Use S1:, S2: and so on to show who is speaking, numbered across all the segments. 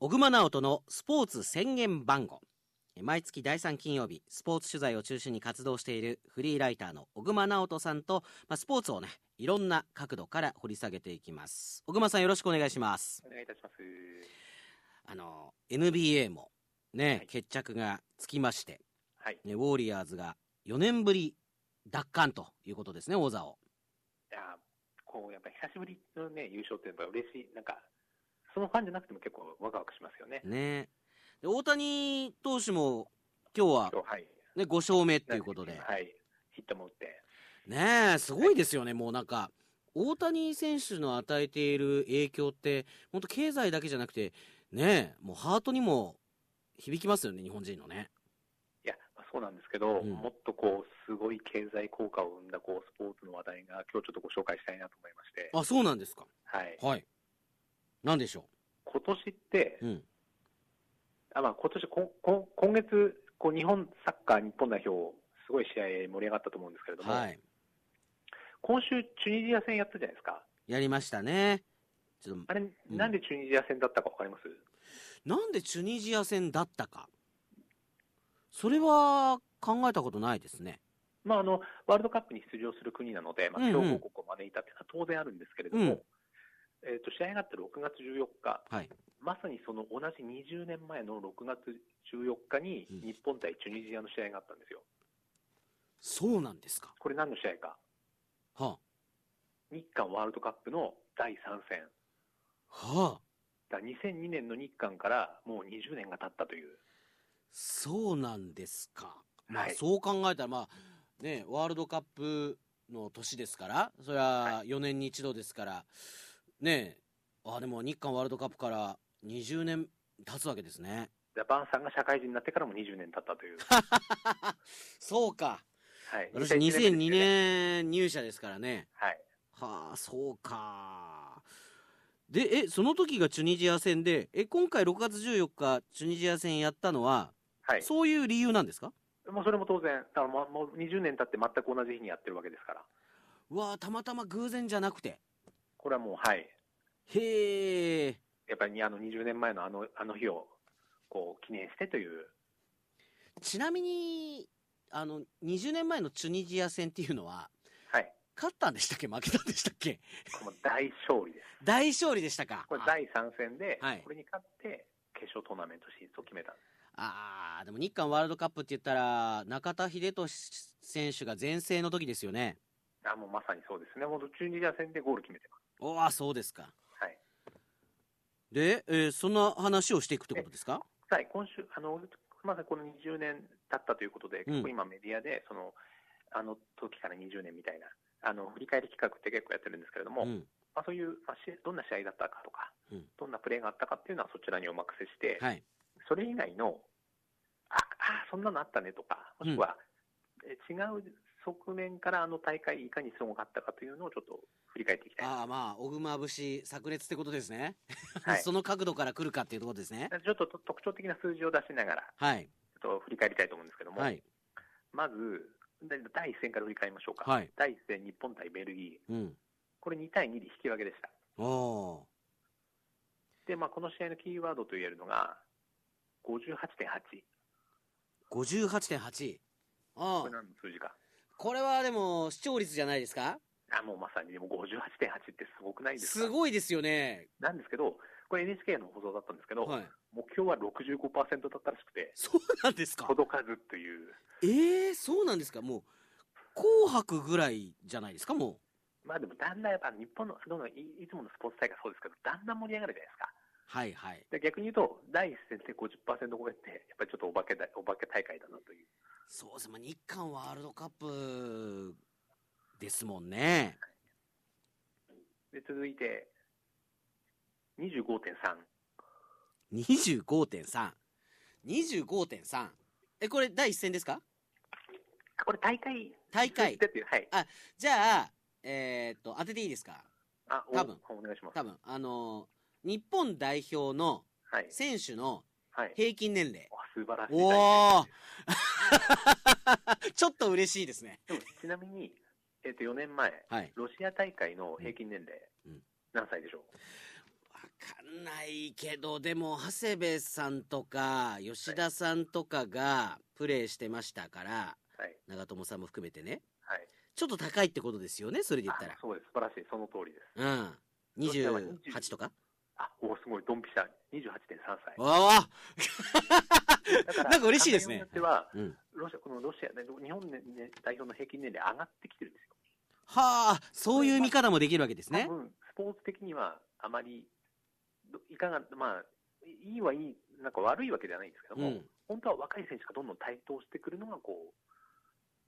S1: 小熊直人のスポーツ宣言番号えー毎月第3金曜日スポーツ取材を中心に活動しているフリーライターの小熊直人さんと、まあ、スポーツをねいろんな角度から掘り下げていきます小熊さんよろしくお願いします
S2: お願いいたします。
S1: あの NBA もね、
S2: はい
S1: 決着がつきまして、
S2: はい。
S1: ね、ウォーリアーズが4年ぶり奪還ということですね王座を
S2: いやー、こう、やっぱり久しぶりのね、優勝ってやっぱ嬉しい。なんか、そのファンじゃなくても結構ワクワクしますよね。
S1: ねで大谷投手も今日は
S2: 今、日はい。
S1: ね、5勝目ということで、
S2: はい。ヒットも打って。
S1: ねえすごいですよね、もうなんか、大谷選手の与えている影響って、本当、経済だけじゃなくて、ねえ、もうハートにも響きますよね、日本人のね。
S2: いや、まあそうなんですけど、
S1: うん
S2: もっとこう、すごい経済効果を生んだ、こう、スポーツの話題が、今日ちょっとご紹介したいなと思いまして。
S1: あ、そうなんですか。
S2: はい。
S1: はい。なんでしょ
S2: 今年って、
S1: う。うん。
S2: あ、まあ今年、ここ今月、こう、日本サッカー日本代表、すごい試合盛り上がったと思うんですけれども、
S1: はい。
S2: 今週チュニジア戦やったじゃないですか。
S1: やりましたね。ちょっと、
S2: あれ、なんでチュニジア戦だったかわかります
S1: なんでチュニジア戦だったか。それは考えたことないですね。
S2: まあ、あのワールドカップに出場する国なので、まあ、
S1: うん
S2: 強
S1: うん
S2: 豪国を招いたっていうのは当然あるんですけれども、
S1: うん
S2: えー、と試合があった6月14日、
S1: はい
S2: まさにその同じ20年前の6月14日に
S1: うん
S2: 日本対チュニジアの試合があったんですよ。
S1: そうなんですか。
S2: これ何の試合か
S1: は
S2: 日韓ワールドカップの第3戦。
S1: あ。はあ。
S2: だ2002年の日韓からもう20年が経ったという。
S1: そうなんですか。まあ、
S2: はい
S1: そう考えたら、まあ、ね、ワールドカップの年ですから、そりゃ
S2: は
S1: 4年に一度ですから、ねあ、でも日韓ワールドカップから20年経つわけですね。
S2: だバンさんが社会人になってからも20年経ったという。
S1: そうか。
S2: はい、
S1: 私
S2: 2002
S1: 2002年入社ですからね。
S2: はい。
S1: はあ、そうか。で、え、その時がチュニジア戦で、え、今回6月14日、チュニジア戦やったのは、
S2: はい。
S1: そういう理由なんですか
S2: もうそれも当然、だからもうもう20年経って全く同じ日にやってるわけですから。
S1: うわあ、たまたま偶然じゃなくて。
S2: これはもう、はい。
S1: へえ。
S2: やっぱりにあの20年前のあのあの日をこう記念してという、
S1: ちなみに、あの、20年前のチュニジア戦っていうのは、
S2: はい、
S1: 勝ったんでしたっけ負けたんでしたっけ
S2: この大勝利です。
S1: 大勝利でしたか
S2: これ第3戦で
S1: はい、
S2: これに勝って、決勝トーナメント進出を決めたんで
S1: ああー、でも日韓ワールドカップって言ったら、中田英寿選手が全盛の時ですよね。
S2: す。あもうまさにそうですね。もうチュニジア戦でゴール決めてま
S1: おあ、そうですか。
S2: す。はい。
S1: で、えーそんな話をしていくってことですか
S2: はい、今週、あの、まさにこの20年経ったということで、
S1: うん
S2: 結構今メディアで、その、あの時から20年みたいな、あの、振り返り企画って結構やってるんですけれども、
S1: うん。
S2: まあ、そういう、まあ、しどんな試合だったかとか、
S1: うん
S2: どんなプレーがあったかっていうのはそちらにお任せして、
S1: はい。
S2: それ以外の、ああ、そんなのあったねとか、もしくは、え違う側面からあの大会いかにすごかったかというのをちょっと振り返っていきたいな。
S1: ああ、まあ、小熊節炸裂ってことですね。
S2: は い、
S1: その角度から来るかっていうところですね。
S2: ちょっとと特徴的な数字を出しながら、
S1: はい。
S2: ちょっと振り返りたいと思うんですけども、
S1: はい。
S2: まず、で第1戦から振り返りましょうか。
S1: はい
S2: 第1戦、日本対ベルギー。
S1: うん。
S2: これ2対2で引き分けでした。
S1: おお
S2: で、まあ、この試合のキーワードと言えるのが、58.8。
S1: ー。58.8。あ
S2: こ
S1: あ
S2: れ。何の数字か。
S1: これはでも視聴率じゃないですか
S2: あ、もうまさに、でも58.8ってすごくないですか
S1: すごいですよね。
S2: なんですけど、これ NHK の放送だったんですけど、
S1: はい。
S2: 目標は65%だったらしくて、
S1: そうなんですか
S2: 届かずという、
S1: ええそうなんですかもう、紅白ぐらいじゃないですかもう。
S2: まあでもだんだんやっぱ日本のどんどんいいつものスポーツ大会そうですけど、だんだん盛り上がるじゃないですか。
S1: はいはい。
S2: で逆に言うと、第一戦で50%超えって、やっぱりちょっとお化けだお化け大会だなという、
S1: そうですね。日韓ワールドカップですもんね。
S2: で続いて、25.3、
S1: 25.3。25.3。え、これ第一戦ですか
S2: これ、大会
S1: 大会
S2: で。っていう、はい、
S1: じゃあ、えーっと、当てていいですか
S2: あお
S1: 多分
S2: お願いします。
S1: 多分、あのー日本代表の
S2: はい
S1: 選手の
S2: はい、
S1: 平均年齢。
S2: お素晴らしい大会
S1: おお ちょっと嬉しいですね。
S2: でもちなみに、えっと4年前、
S1: はい。
S2: ロシア大会の平均年齢、
S1: うんうん
S2: 何歳でしょう
S1: かんないけど、でも、長谷部さんとか、吉田さんとかがプレーしてましたから、
S2: はい。
S1: 長友さんも含めてね、
S2: はい。
S1: ちょっと高いってことですよね、それで言った
S2: あそうです。素晴らしい。その通りです。
S1: ら。うん。
S2: 吉田は20
S1: 28とか
S2: あ、おーすごい。ドンピシャ。28.3歳。
S1: わあ
S2: だから
S1: なんか嬉しいですね
S2: 考えようによっては、
S1: うん。
S2: ロシア、このロシアね、日本ね代表の平均年齢上がってきてるんですよ。
S1: はあ、そういう見方もできるわけですね
S2: 多。分、スポーツ的にはあまり、どいかが、まあ、いいはいい、なんか悪いわけではないんですけど
S1: う
S2: も、
S1: ん。
S2: 本当は若い選手がどんどん台頭してくるのがこう、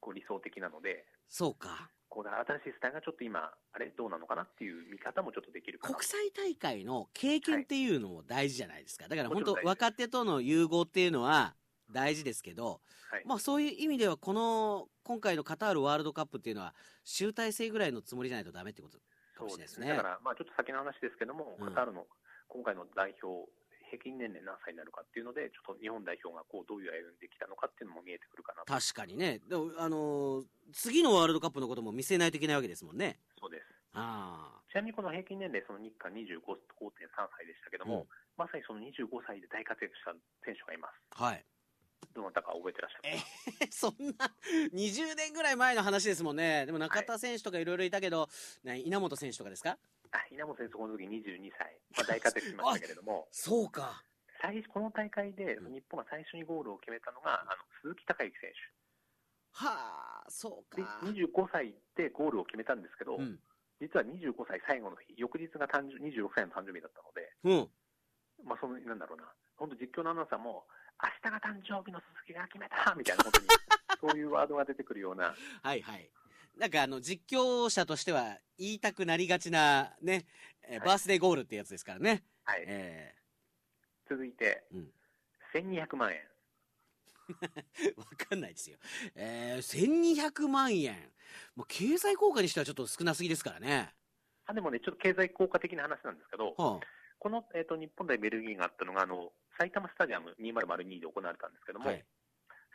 S2: こう理想的なので、
S1: そうか。
S2: こう新しいスタイルがちょっと今、あれ、どうなのかなっていう見方もちょっとできるかな
S1: 国際大会の経験っていうのも大事じゃないですか。だから本当
S2: もちろん大事です
S1: 若手との融合っていうのは大事ですけど、
S2: はい
S1: まあそういう意味ではこの今回のカタールワールドカップっていうのは集大成ぐらいのつもりじゃないとダメってことかもしれないですね
S2: だから、まあ、ちょっと先の話ですけども、
S1: うん
S2: カタールの今回の代表、平均年齢何歳になるかっていうので、ちょっと日本代表がこうどういう歩んできたのかっていうのも見えてくるかなと、
S1: 確かにね。でもあのー次のワールドカップのことも見せないといけないわけですもんね。
S2: そうです。
S1: あ
S2: ちなみにこの平均年齢、その日韓25.3歳でしたけども、まさにその25歳で大活躍した選手がいます。
S1: あ。はい。
S2: どなたか覚えてらっしゃる
S1: そんな20年ぐらい前の話ですもんね。でも中田選手とかいろいろいたけど、ね稲本選手とかですか
S2: あ稲本選手、この時22歳、まあ、大活躍しましたけれど も、
S1: そうか。
S2: 最初この大会で
S1: うん
S2: 日本が最初にゴールを決めたのが、あの鈴木孝之選
S1: はあ、そう
S2: 手
S1: か。
S2: で、25歳でゴールを決めたんですけど、
S1: うん。実
S2: 実は25歳最後の日、翌日が誕生26歳の誕生日だったので、
S1: うん。
S2: まあ、そのなんだろうな、本当、実況のアナウンサーも、明日が誕生日の鈴木が決めたみたいな、本当に、 そういうワードが出てくるような、
S1: はいはい。なんかあの、実況者としては言いたくなりがちなね、えー
S2: はい
S1: バースデーゴールってやつですからね。
S2: はい、
S1: え
S2: 続いて、
S1: うん
S2: 1200万円、
S1: えわかんないですよ。えー、1200万円。もう経済効果にしてはちょっと少なすぎですからね。
S2: あでもね、ちょっと経済効果的な話なんですけど、
S1: は
S2: この、えー、と日本対ベルギーがあったのが、あの埼玉スタジアム2002で行われたんですけど
S1: あ。
S2: も、
S1: はい。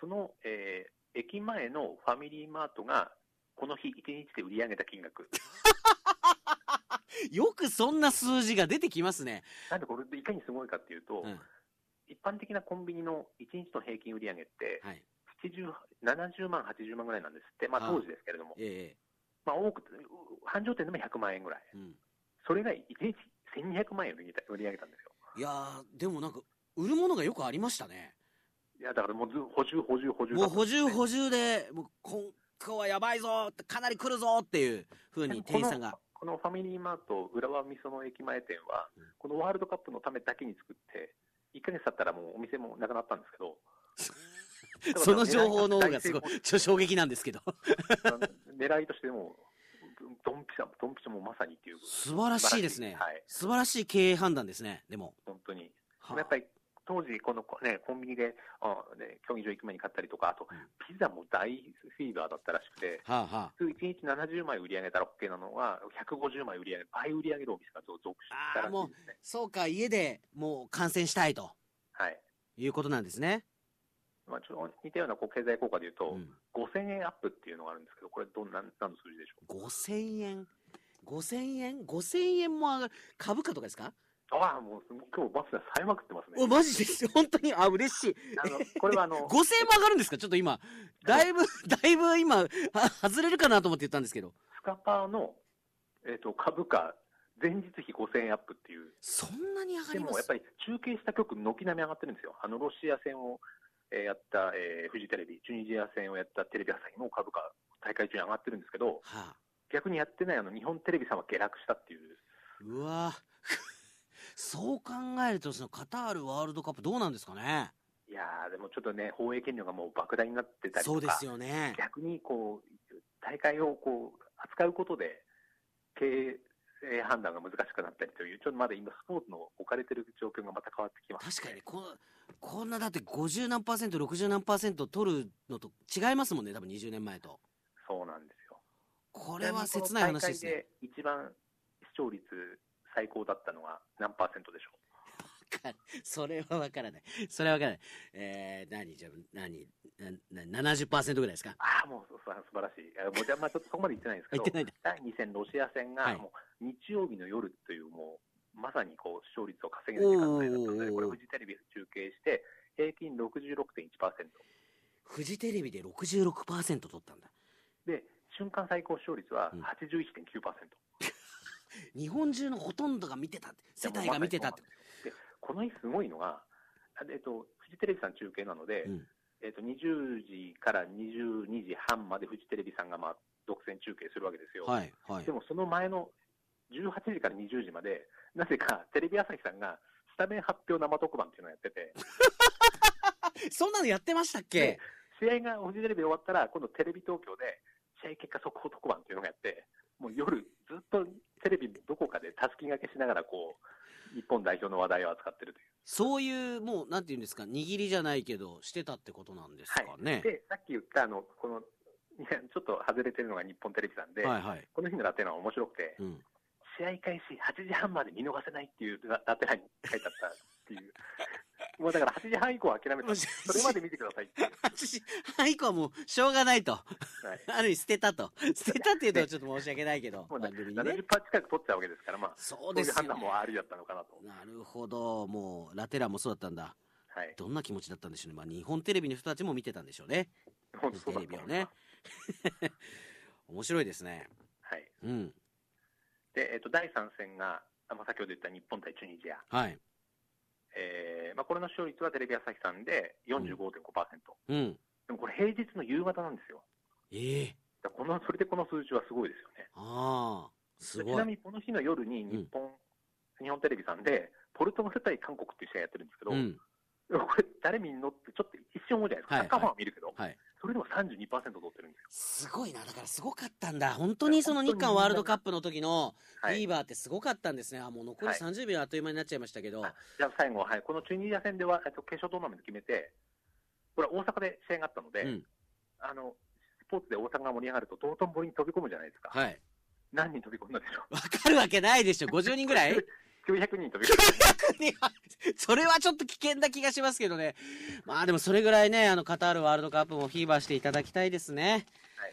S2: その、えー駅前のファミリーマートが、この日、1日で売り上げた 金額、
S1: よくそんな数字が出てきますね。
S2: なんでこれ、いかにすごいかっていうと、
S1: うん。
S2: 一般的なコンビニの1日の平均売り上げって、
S1: はい。
S2: 70 70万、80万ぐらいなんですって、まあ、
S1: ああ
S2: 当時ですけれども、
S1: え
S2: まあ、多くて、う繁盛店でも100万円ぐらい、
S1: えうん。
S2: それが1日1200万円売り上げた売り上げたんですよ。
S1: いやー、でもなんか、売るものがよくありましたね。
S2: いやだからもうず補充、補充、補充
S1: もう補充補充で、もう今後はやばいぞって、かなり来るぞっていうふうに店員さんが。
S2: このこのファミリーマート浦和美園駅前店は
S1: うん、、
S2: このワールドカップのためだけに作って、1か月経ったらもうお店もなくなったんですけど
S1: その情報の方がす ごい
S2: 大成、
S1: ちょ衝撃なんですけど。
S2: 功狙いとしてもう、ドンピシャ、ドンピシャもうまさにっていう、
S1: 素晴らしいですね。
S2: はい
S1: 素晴らしい経営判断ですね、でも。
S2: 本当に。
S1: はあ
S2: やっぱり当時、この、ね、コンビニであ、ね、競技場行く前に買ったりとか、あと
S1: うん
S2: ピザも大フィーバーだったらしくて、
S1: はあ、は
S2: 普通1日70枚売り上げたら OK なのが、150枚売り上げ、倍売り上げるお店が続々したらしいです
S1: あ
S2: ね、。
S1: そうか、家でもう観戦したいと
S2: はい
S1: いうことなんですね。
S2: まあ、ちょっと似たようなこう経済効果でいうと、
S1: うん、
S2: 5000円アップっていうのがあるんですけど、これどんなん、何の数字でしょ
S1: 5000円。5000円 ?5000 円も上がる。株価とかですか
S2: うああ、もう今日バスがさえまくってますね。
S1: お、マジです。本当に。あ、嬉しい。
S2: あのこれは あの、
S1: 5000円も上がるんですかちょっと今、だ いぶ、だいぶ今、あ外れるかなと思って言ったんですけど。
S2: スカパーの、えっと株価、前日比5000円アップっていう。
S1: そんなに上が
S2: で
S1: りま
S2: もやっ
S1: す
S2: ぱり中継した局、軒並み上がってるんですよ、あのロシア戦を、えーやった、えーフジテレビ、チュニジア戦をやったテレビ朝日も株価、大会中に上がってるんですけど、
S1: はあ、
S2: 逆にやってないあの日本テレビさんは下落したっていう、
S1: うわぁ そう考えると、そのカタールワールドカップどうなんですかね
S2: いやー、でもちょっとね、放映権料がもう莫大になってたりとか、
S1: そうですよね。
S2: 逆にこう大会をこう扱うことで、経営判断が難しくなったりという、ちょっとまだ今、スポーツの置かれてる状況がまた変わってきます、
S1: 確かにね、このこんなだって50何パーセント、60何パーセント取るのと違いますもんね、多分20年前と。
S2: そうなんですよ。
S1: これは切ない話ですね。
S2: ちなみにこの大会で一番視聴率最高だったのは何パーセントでしょう
S1: それはわからない。それはわからない。えー、何じゃあ、何なな ?70% ぐらいですか
S2: ああ、もうそうそう素晴らしい。あもうじゃあまあちょっとそこまで言ってないんですけ
S1: 入って、
S2: ど
S1: ないんだ。
S2: 第2戦ロシア戦
S1: は
S2: が
S1: い
S2: もう日曜日の夜というもうまさにこう視聴率を稼げない時間帯だったの
S1: おー
S2: で、これ、フジテレビで中継して、平均66.1%、
S1: フジテレビで66%取ったんだ
S2: で、瞬間最高視聴率は
S1: うん
S2: 81.9%、
S1: 日本中のほとんどが見てたって世帯が見てたって
S2: でこの日すごいのが、あえっと、フジテレビさん中継なので、
S1: うん
S2: えっと、20時から22時半までフジテレビさんがまあ独占中継するわけですよ。
S1: はいはい
S2: でもその前の18時から20時まで、なぜかテレビ朝日さんがスタメン発表生特番っていうのをやってて、
S1: そんなのやってましたっけ
S2: ね試合がフジテレビ終わったら、今度テレビ東京で試合結果速報特番っていうのをやって、もう夜ずっとテレビどこかでたすきがけしながらこう、日本代表の話題を扱ってるという。
S1: そういうもうなんていうんですか握りじゃないけどしてたってことなんですかね、
S2: で、さっき言ったあの、この、いやちょっと外れてるのが日本テレビさんで、
S1: はいはい、
S2: この日のラテ欄は面白くて、
S1: うん、
S2: 試合開始8時半まで見逃せないっていうララテ欄に書いてあったっていう。 もうだから8時半以降は諦め
S1: も
S2: た。
S1: う
S2: それまで見てくださいっていう。
S1: 私はい以降はもうしょうがないと
S2: はい
S1: ある意味捨てたと捨てたっていうのはちょっと申し訳ないけど
S2: もうだ
S1: 番組にね
S2: 70%近く取っちゃうわけですから、まあ、
S1: そう
S2: そう
S1: で
S2: いう
S1: す
S2: 判
S1: よ
S2: 断もありだったのかなと。
S1: なるほどもうラテラもそうだったんだ
S2: はい。
S1: どんな気持ちだったんでしょうね、まあ、日本テレビの人たちも見てたんでしょうね
S2: 本当そう
S1: テ
S2: だ
S1: レ
S2: と
S1: ビ
S2: 思
S1: を
S2: い
S1: ね
S2: ます。
S1: 面白いですね
S2: はい。
S1: うん
S2: で、えっと、第3戦が、あまあ、先ほど言った日本対チュニジア。
S1: はい
S2: えーまあ、これの視聴率はテレビ朝日さんで45.5%。
S1: うん
S2: でもこれ平日の夕方なんですよ。
S1: ええ
S2: だからこの、それでこの数字はすごいですよね。
S1: ああす
S2: ち
S1: ご
S2: ないみにこの日の夜に日本、日本テレビさんで、ポルトガル対韓国っていう試合やってるんですけど、
S1: うん
S2: これ誰見んのってちょっと一瞬思うじゃないですか。
S1: は
S2: サ
S1: い
S2: ッカーファンは見るけど、
S1: はい
S2: それでも32%取ってるんですよ。
S1: すごいなだからすごかったんだ本当にその日韓ワールドカップの時のフ
S2: はい
S1: ィー。バーってすごかったんですね、あもう残り
S2: はい
S1: 30秒あっという間になっちゃいましたけど、
S2: あじゃあ最後、はい、このチュニジア戦では、えっと決勝トーナメント決めて、これは大阪で試合があったので、
S1: うん
S2: あの、スポーツで大阪が盛り上がると道頓堀に飛び込むじゃないですか。
S1: はい
S2: 何人飛び込んだでしょ
S1: わかるわけないでしょ50人ぐ らい
S2: う。900人飛び込んだ。
S1: いやそれはちょっと危険な気がしますけどねまあでもそれぐらいねあのカタールワールドカップもフィーバーしていただきたいですね
S2: は
S1: はい、
S2: い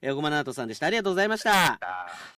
S1: えー小熊直人さんでしたありがとうございました
S2: あー